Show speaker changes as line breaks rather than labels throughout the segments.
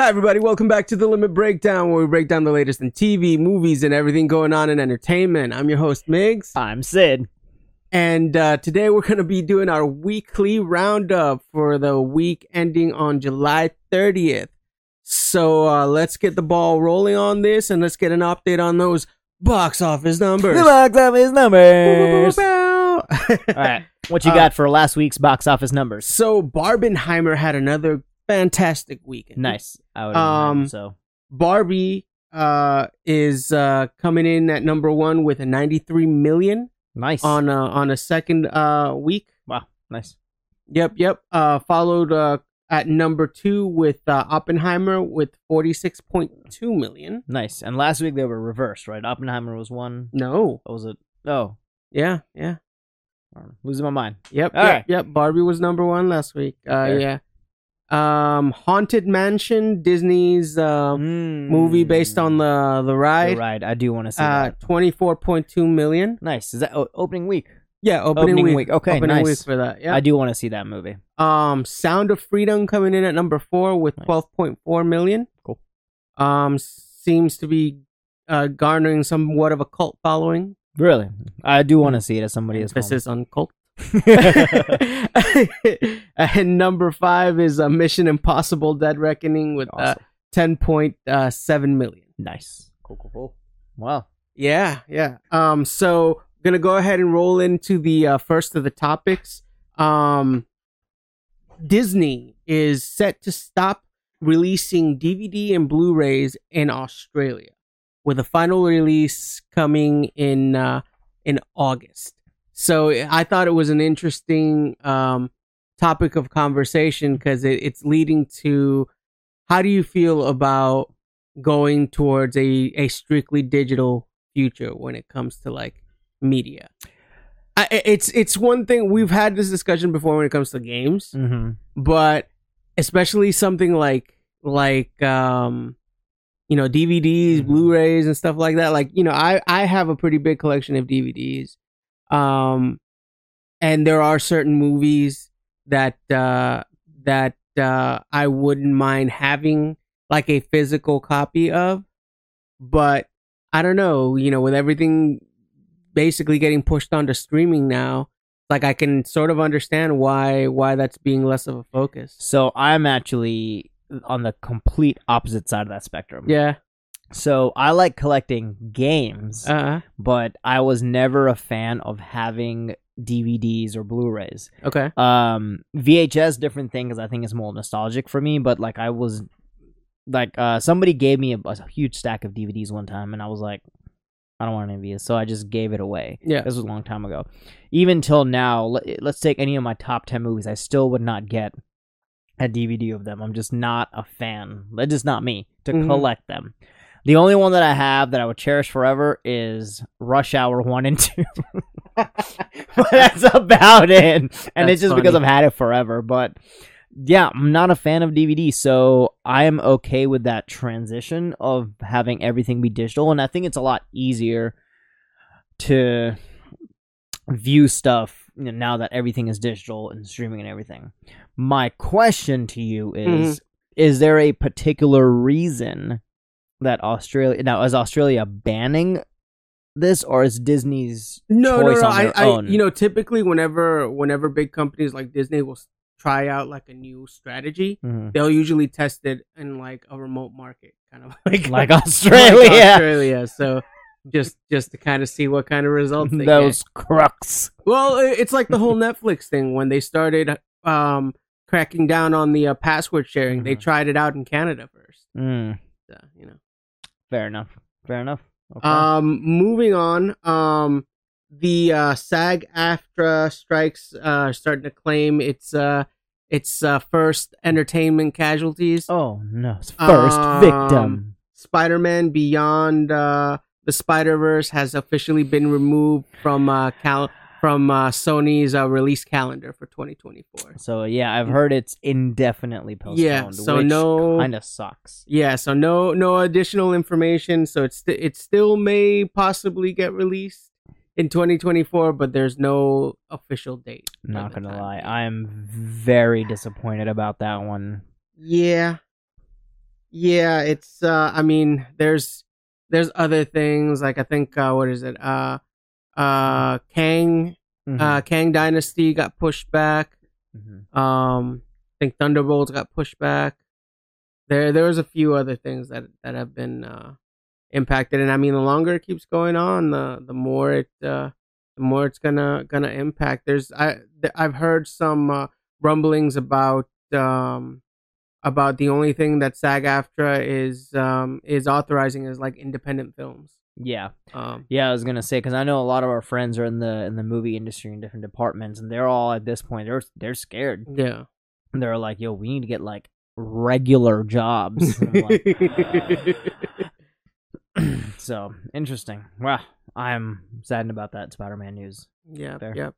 Hi, everybody. Welcome back to The Limit Breakdown, where we break down the latest in TV, movies, and everything going on in entertainment. I'm your host, Miggs.
I'm Sid.
And uh, today we're going to be doing our weekly roundup for the week ending on July 30th. So uh, let's get the ball rolling on this and let's get an update on those box office numbers.
The box office numbers. All
All
right, what you
Uh,
got for last week's box office numbers?
So Barbenheimer had another fantastic weekend.
Nice. I would
Um,
um, so.
Barbie uh, is uh, coming in at number one with a 93 million
Nice.
on a, on a second uh, week.
wow. Nice.
Yep, yep. Uh, followed uh, at number two with uh, Oppenheimer with 46.2 million.
Nice. And last week they were reversed, right? Oppenheimer was one.
No.
What was it? Oh,
Yeah, yeah.
I'm losing my mind.
Yep,
All
yep,
right.
yep. Barbie was number one last week. Uh,
Fair.
Yeah. Um, Haunted Mansion, Disney's uh, movie based on the the
right.
ride.
Hmm. right. I do want to see
Uh,
that.
24.2 million.
Nice. Is that oh, opening week?
Yeah, opening,
Opening
week.
week. Okay,
opening
nice.
week for that.
I
Yeah.
do want to see that movie.
Um, Sound of Freedom coming in at number four with
Nice.
12.4 million.
Cool.
Um, seems to be uh, garnering somewhat of a cult following.
Really, I do want to see it as somebody is.
Emphasis on cult.
home.
and number five is uh, Mission Impossible: Dead Reckoning with uh,
Awesome.
10.7 million.
nice. Cool. Cool. Cool. Wow.
Yeah, yeah. Um, so gonna go ahead and roll into the uh, first of the topics. Um, Disney is set to stop releasing DVD and Blu-rays in Australia, with a final release coming in uh, in August. So I thought it was an interesting um, topic of conversation because it, it's leading to how do you feel about going towards a, a strictly digital future when it comes to like media. I, i- it's it's one thing we've had this discussion before when it comes to games,
Mm-hmm.
but especially something like like um you know DVDs,
Mhm.
Blu-rays and stuff like that. Like, you know, I I have a pretty big collection of DVDs. Um and there are certain movies that uh that uh I wouldn't mind having like a physical copy of but i don't know you know with everything basically getting pushed onto streaming now like i can sort of understand why why that's being less of a focus
So I'm actually on the complete opposite side of that spectrum.
yeah
So I like collecting games,
uh
but I was never a fan of having DVDs or Blu-rays.
okay
Um, VHS, different thing, because I think it's more nostalgic for me. But like I was, like uh, somebody gave me a, a huge stack of DVDs one time, and I was like, I don't want any of these, so I just gave it away.
yeah
This was a long time ago. Even till now, let, let's take any of my top 10 movies, I still would not get a DVD of them. I'm just not a fan. It's just not me to
Mhm.
collect them. The only one that I have that I would cherish forever is Rush Hour 1 and 2. but that's about it. And
That's
it's just because
funny.
I've had it forever. But yeah, I'm not a fan of DVD, so I am okay with that transition of having everything be digital. And I think it's a lot easier to view stuff you know, now that everything is digital and streaming and everything. My question to you
Mm-hmm.
is Is there a particular reason that Australia, now, is Australia banning this or is Disney's
no no
choice
no
on
I,
their
I
own.
you know typically whenever whenever big companies like disney will s- try out like a new strategy
Mhm.
they'll usually test it in like a remote market kind of like like
like Australia?
Australia. So just just to kind of see what kind of results they get.
Those crooks.
Well, i- it's like the whole Netflix thing when they started um, cracking down on the uh, password sharing. They
Mhm.
tried it out in Canada first.
Mm,
So, you know.
fair enough. Fair enough. Okay.
Um, moving on. Um, the uh, SAG-AFTRA strikes uh, are starting to claim its uh, its uh, first entertainment casualties.
oh no! It's First
um,
victim.
Spider-Man Beyond uh, the Spider-Verse has officially been removed from uh, cal- from uh, Sony's uh, release calendar for 2024.
So yeah, I've heard it's indefinitely postponed.
Yeah, so
which
no-
kind of sucks.
Yeah, so no no additional information. So it's st- it still may possibly get released in 2024, but there's no official date. for
Not
the
gonna
time
lie,
being.
I'm very disappointed about that one.
Yeah. yeah it's uh i mean there's there's other things like i think uh what is it uh uh
Mm-hmm.
kang
Mhm,
uh kang dynasty got pushed back
mhm.
um i think thunderbolts got pushed back there there was a few other things that that have been uh impacted and i mean the longer it keeps going on the the more it uh the more it's gonna gonna impact there's i th- i've heard some uh, rumblings about um about the only thing that sag aftra is um is authorizing is like independent films
Yeah,
um
yeah. I was gonna say because I know a lot of our friends are in the in the movie industry in different departments, and they're all at this point they're they're scared.
yeah
And they're like, "Yo, we need to get like regular jobs." And I'm like, so interesting. Wow, I'm saddened about that Spider-Man news.
yeah
Fair.
yep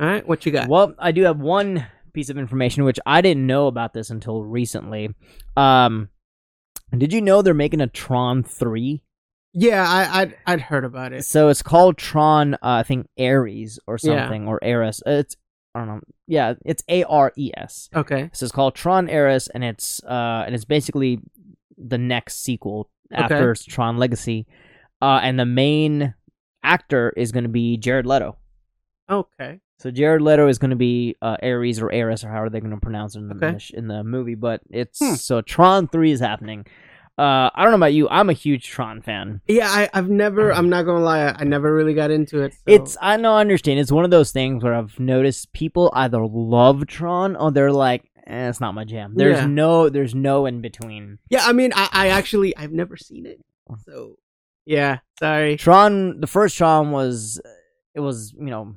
all right what you got
Well, I do have one piece of information which I didn't know about this until recently. Um, did you know they're making a Tron three?
yeah i i'd, I'd heard about it
So it's called Tron. Uh, I think Ares or
Yeah.
something or Ares. Uh, It's I don't know. Yeah, it's A R E S.
okay
So it's called Tron Eris, and it's uh, and it's basically the next sequel after Tron Legacy, uh, and the main actor is going to be Jared Leto.
okay
So Jared Leto is going to be uh, Ares or Eris or how are they going to pronounce it in,
Okay.
the, sh- in the movie? But it's
Hmm.
so Tron Three is happening. Uh, I don't know about you. I'm a huge Tron fan.
Yeah, I, I've never. I'm not gonna lie. I, I never really got into it. so-
Uh-huh. It's I know I understand. It's one of those things where I've noticed people either love Tron or they're like, eh, it's not my jam. There's
Yeah.
no there's no in between.
yeah. I mean, I, I actually I've never seen it.
Uh-huh.
So yeah, sorry.
Tron, the first Tron was, it was you know,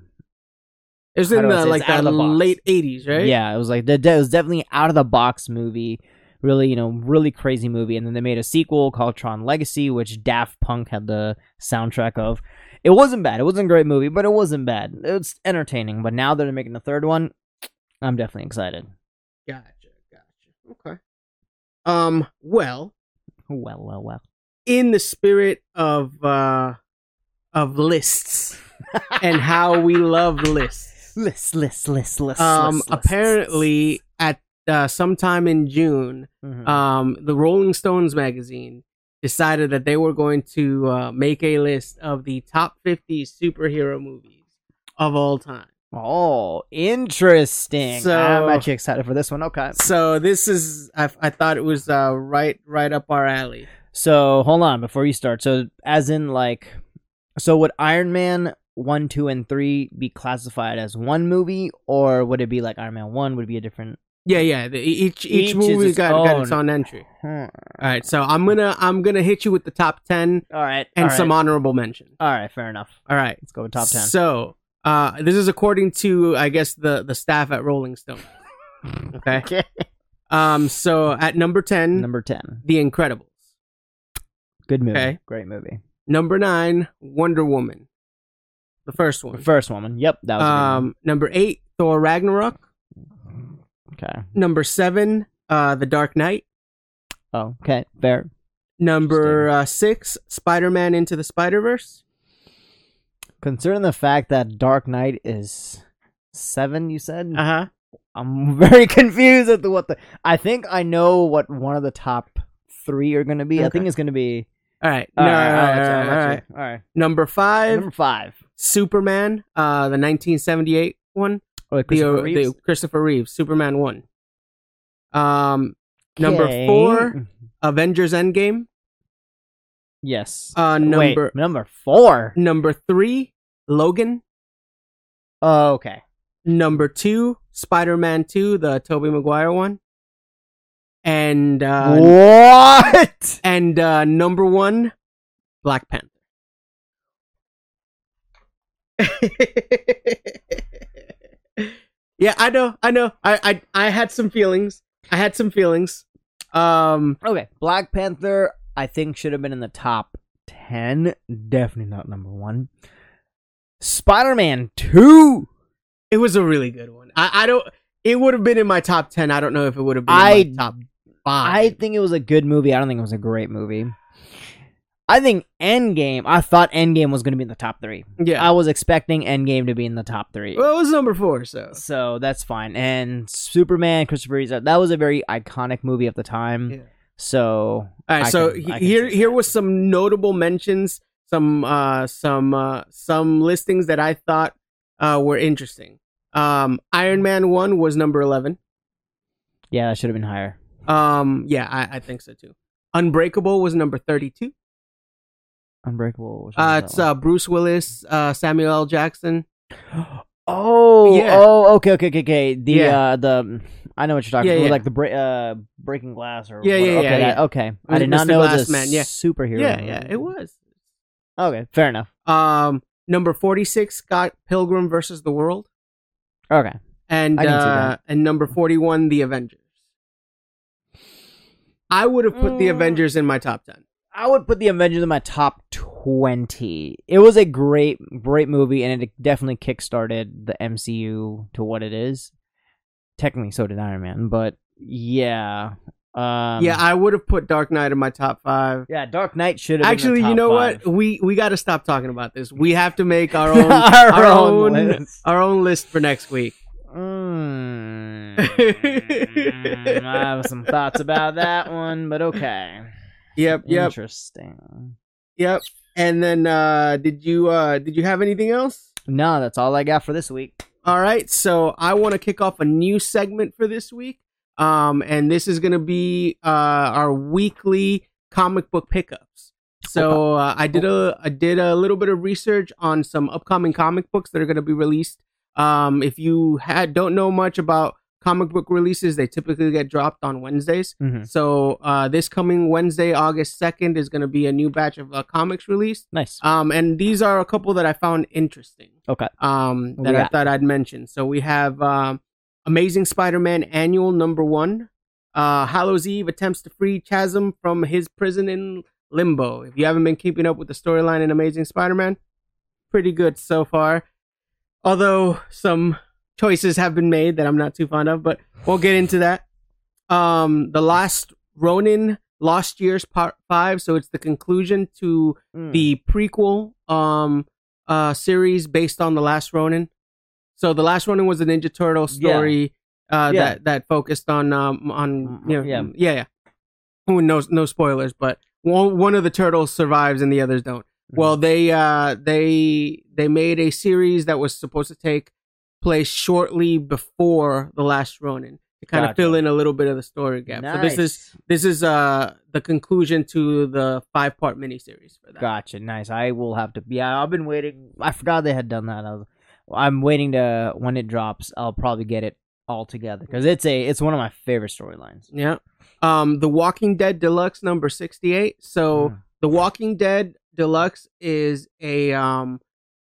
It was
How
in
do I say
the
it?
like
It's out
the,
of the box.
late '80s, right?
yeah, it was like the, it was definitely out of the box movie, really you know, really crazy movie. And then they made a sequel called Tron Legacy, which Daft Punk had the soundtrack of. It wasn't bad. It wasn't a great movie, but it wasn't bad. It's entertaining. But now that they're making the third one, I'm definitely excited.
Gotcha. Gotcha. Okay. Um. Well,
Well, well, well.
in the spirit of uh of lists and how we love lists.
List, list, list, list.
Um.
list, list,
Apparently, at uh, sometime in June,
list. Mhm.
um, the Rolling Stones magazine decided that they were going to uh, make a list of the top 50 superhero movies of all time.
oh, interesting.
so-
I'm actually excited for this one. Okay.
So this is I, I thought it was uh, right right up our alley.
So hold on before you start. So as in like, so would Iron Man one, two, and three be classified as one movie, or would it be like Iron Man one would it be a different?
Yeah, yeah. The, e-, each, each
Each is
movie
its
got, got its own
own.
entry.
All
All right, so I'm gonna I'm gonna hit you with the top ten
right,
and
all
some
right.
honorable mention.
All right, fair enough.
All right,
Let's go with top ten.
So uh, this is according to I guess the the staff at Rolling Stone. Okay.
Okay.
Um. So at number ten,
Number ten,
The Incredibles.
good movie,
Okay.
great movie.
Number nine, Wonder Woman. The first
The
one.
first woman. Yep, that was
Um, number eight, Thor Ragnarok.
a good one. okay.
Number seven, uh, The Dark Knight.
Oh, okay, fair.
Number uh, six, Spider Man Into the Spider Verse.
Considering the fact that Dark Knight is seven, you said.
Uh huh.
I'm very confused at the what the. I think I know what one of the top three are going to be. I
Okay.
think it's going to be.
All right.
All
No,
right,
all right,
all
all
right,
right, all right.
all right.
Number five,
Number five.
Superman, uh, the 1978 one. The,
Oh,
uh,
Christopher Reeves?
the Christopher Reeve, Superman 1. Um, number four,
Okay.
Avengers Endgame.
Yes.
Uh, number,
Wait, number four.
number three, Logan.
Oh, okay.
Number two, Spider Man 2, the Tobey Maguire one. And uh
what?
and uh number one, Black Panther. yeah, I know, I know. I, I I had some feelings. I had some feelings. Um
Okay. Black Panther, I think, should have been in the top 10. Definitely not number one. Spider Man 2.
it was a really good one. I, I don't it would have been in my top ten. I don't know if it would have been
I-
in my top five.
I think it was a good movie. I don't think it was a great movie. I think Endgame, I thought Endgame was going to be in the top three.
yeah.
I was expecting Endgame to be in the top three.
well it was number four, so
So that's fine. And Superman, Christopher Reeve, that was a very iconic movie at the time.
Yeah.
So
All right,
I
so
can-
he-
I can
here
see
here
that.
was some notable mentions, some uh, some uh, some listings that I thought uh, were interesting. Um, Iron Man one was number eleven.
yeah, that should have been higher.
Um, yeah, I, I think so too. Unbreakable was number thirty two.
Unbreakable. which one
Uh,
was
it's
that one?
uh, Bruce Willis, uh, Samuel L. Jackson.
Oh,
Yeah.
oh, okay, okay, okay, okay. The
Yeah.
uh, the I know what you're talking
Yeah,
about,
yeah.
like the bra- uh, breaking glass or
Yeah, yeah,
whatever.
yeah,
okay,
yeah.
that- okay. I did
Mr.
not know it
Glass
was a
Man, yeah.
superhero.
Yeah, yeah, it was.
Okay, fair enough.
Um, number forty six, Scott Pilgrim versus the World,
Okay,
and
I can see that.
uh, and number forty one, The Avengers. I would have put The
Mm.
Avengers in my top ten.
I would put the Avengers in my top twenty. It was a great, great movie, and it definitely kickstarted the MCU to what it is. Technically, so did Iron Man, but yeah, um,
yeah, I would have put Dark Knight in my top five.
yeah. Dark Knight should have
Actually,
Been
you
in the top
know
five.
what? We we got to stop talking about this. We have to make our own
Our
our
own
own-
list.
our own list for next week.
Mm. Mm, I have some thoughts about that one, but okay.
Yep, yep,
Interesting.
yep. And then uh did you uh did you have anything else?
No, that's all I got for this week.
All right. So, I want to kick off a new segment for this week. Um and this is going to be uh our weekly comic book pickups. So, uh, I did a I did a little bit of research on some upcoming comic books that are going to be released Um, if you had, don't know much about comic book releases, they typically get dropped on Wednesdays.
Mhm.
So uh, this coming Wednesday, August second, is going to be a new batch of uh, comics released.
Nice.
Um, and these are a couple that I found interesting.
Okay.
Um,
What
that
we
I
got?
thought I'd mention. So we have um, Amazing Spider-Man Annual Number One. Uh, Hallows Eve attempts to free Chasm from his prison in Limbo. If you haven't been keeping up with the storyline in Amazing Spider-Man, pretty good so far. Although some choices have been made that I'm not too fond of, but we'll get into that. Um, the last Ronin Lost Years Part Five, so it's the conclusion to
Mm.
the prequel um uh series based on the last ronin so the last ronin was a ninja turtle
Yeah.
story uh
Yeah.
that that focused on um on
Mm,
you know,
yeah.
yeah yeah yeah who knows no spoilers but one, one of the turtles survives and the others don't
Mm-hmm.
well they uh they they made a series that was supposed to take place shortly before the last ronin to kind
Gotcha.
of fill in a little bit of the story gap so this is
Hmm. Nice.
this is uh the conclusion to the five part miniseries for that
Gotcha. Nice. I will have to. Yeah, I've been waiting. I forgot they had done that. I was, I'm waiting to when it drops. I'll probably get it all together because it's a it's one of my favorite storylines.
Yeah. Um, The Walking Dead Deluxe number sixty-eight. So
Mm.
The Walking Dead Deluxe is a um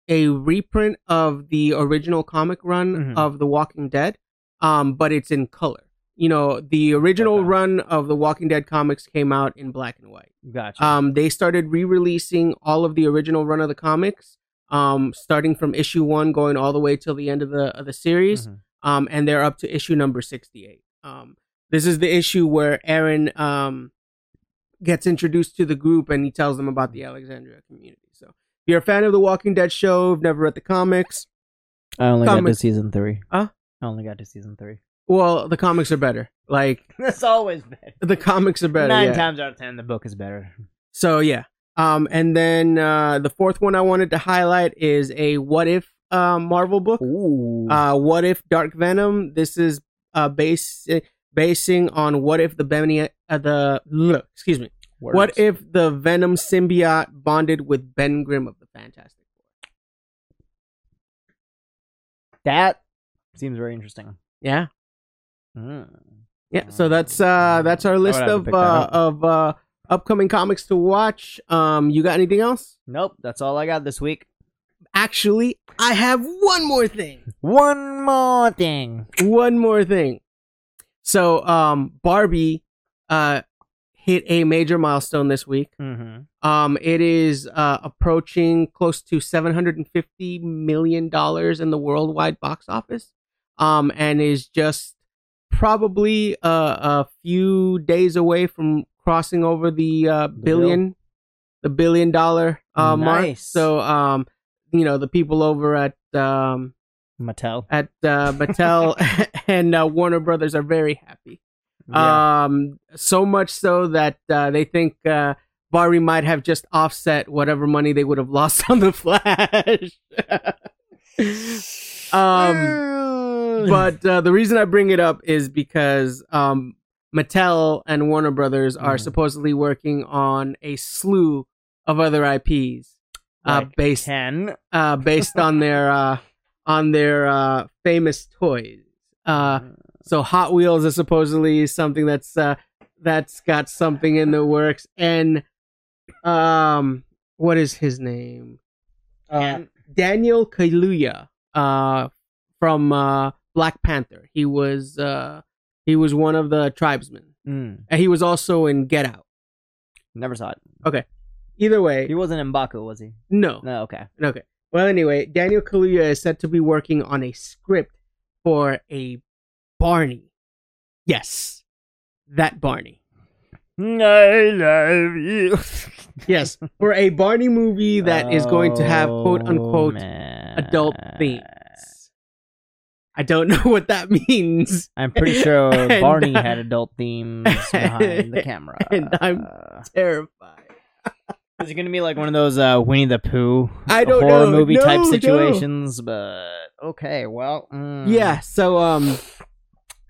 a reprint of the original comic run
Mhm.
of The Walking Dead, um, but it's in color. You know, the original
Okay.
run of The Walking Dead comics came out in black and white.
Gotcha.
Um, they started re-releasing all of the original run of the comics, um, starting from issue one, going all the way till the end of the of the series
Mhm.
um, and they're up to issue number 68. Um, this is the issue where Aaron um, gets introduced to the group and he tells them about the Alexandria community. So, if you're a fan of The Walking Dead show, have never read the comics,
I only got to
comics-
season three.
Huh?
I only got to season three.
well, the comics are better. Like,
That's always better.
the comics are better.
Nine
yeah.
times out of ten, the book is better.
So yeah. Um, and then uh, the fourth one I wanted to highlight is a What If uh, Marvel book.
Ooh.
Uh, what if Dark Venom? This is uh base basing on what if the Benny uh, the look, excuse me. What if the Venom symbiote bonded with Ben Grimm of the Fantastic Four?
that seems very interesting?
Yeah,
Mm.
yeah. So that's uh that's our list
I would have
of
to pick
uh,
that
of uh upcoming comics to watch. Um, you got anything else?
Nope, that's all I got this week.
Actually, I have one more thing.
One more thing.
one more thing. So, um, Barbie, uh, hit a major milestone this week.
Mm-hmm.
Um, it is uh, approaching close to seven hundred and fifty million dollars in the worldwide box office, um, and is just probably uh, a few days away from crossing over the uh,
bill.
billion, the billion dollar uh, mark.
Nice.
So, um, you know, the people over at um,
Mattel.
at uh, Mattel and uh, Warner Brothers are very happy.
Yeah.
Um, so much so that uh, they think uh, Barry might have just offset whatever money they would have lost on the Flash. um, but uh, the reason I bring it up is because um, Mattel and Warner Brothers are
Mhm.
supposedly working on a slew of other IPs uh,
Like
based
ten.
uh, based on their uh, on their uh, famous toys. Uh,
Mm,
so Hot Wheels is supposedly something that's uh, that's got something in the works, and um, what is his name? Uh, Daniel Kaluuya, uh, from uh, Black Panther. He was uh, he was one of the tribesmen,
Mm,
and he was also in Get Out.
never saw it.
Either way,
He wasn't in Baku, was he?
no,
No. Okay.
Okay. Well, anyway, Daniel Kaluuya is said to be working on a script for a Barney. Yes, that Barney.
I love you.
Yes, for a Barney movie that is going to have
Oh,
quote unquote adult themes. I don't know what that means.
I'm pretty sure
And-
Barney had adult themes behind the camera. Uh,
and I'm- Terrified.
Is it gonna be like one of those uh, Winnie the Pooh
I don't
horror
know.
movie
No,
type
no.
situations? But okay, well, mm.
Yeah. So um,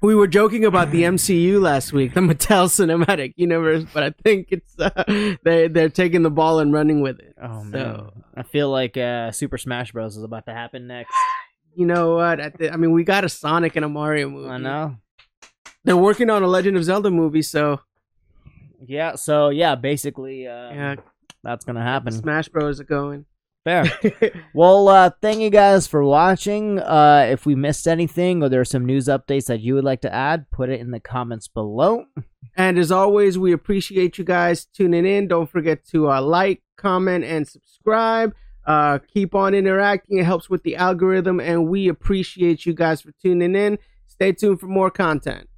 we were joking about the MCU last week, the Mattel Cinematic Universe, but I think it's uh, they they're taking the ball and running with it.
Oh man,
So-
I feel like uh, Super Smash Bros is about to happen next.
You know what? I, thi- I mean, we got a Sonic and a Mario movie.
I know.
They're working on a Legend of Zelda movie, so
Yeah. So yeah, basically, uh, mm.
yeah,
that's gonna happen.
Smash Bros. are going.
Fair. Well, uh, thank you guys for watching. Uh, if we missed anything or there are some news updates that you would like to add, put it in the comments below.
and as always, we appreciate you guys tuning in. Don't forget to uh, like, comment, and subscribe. Uh, keep on interacting. It helps with the algorithm, and we appreciate you guys for tuning in. Stay tuned for more content.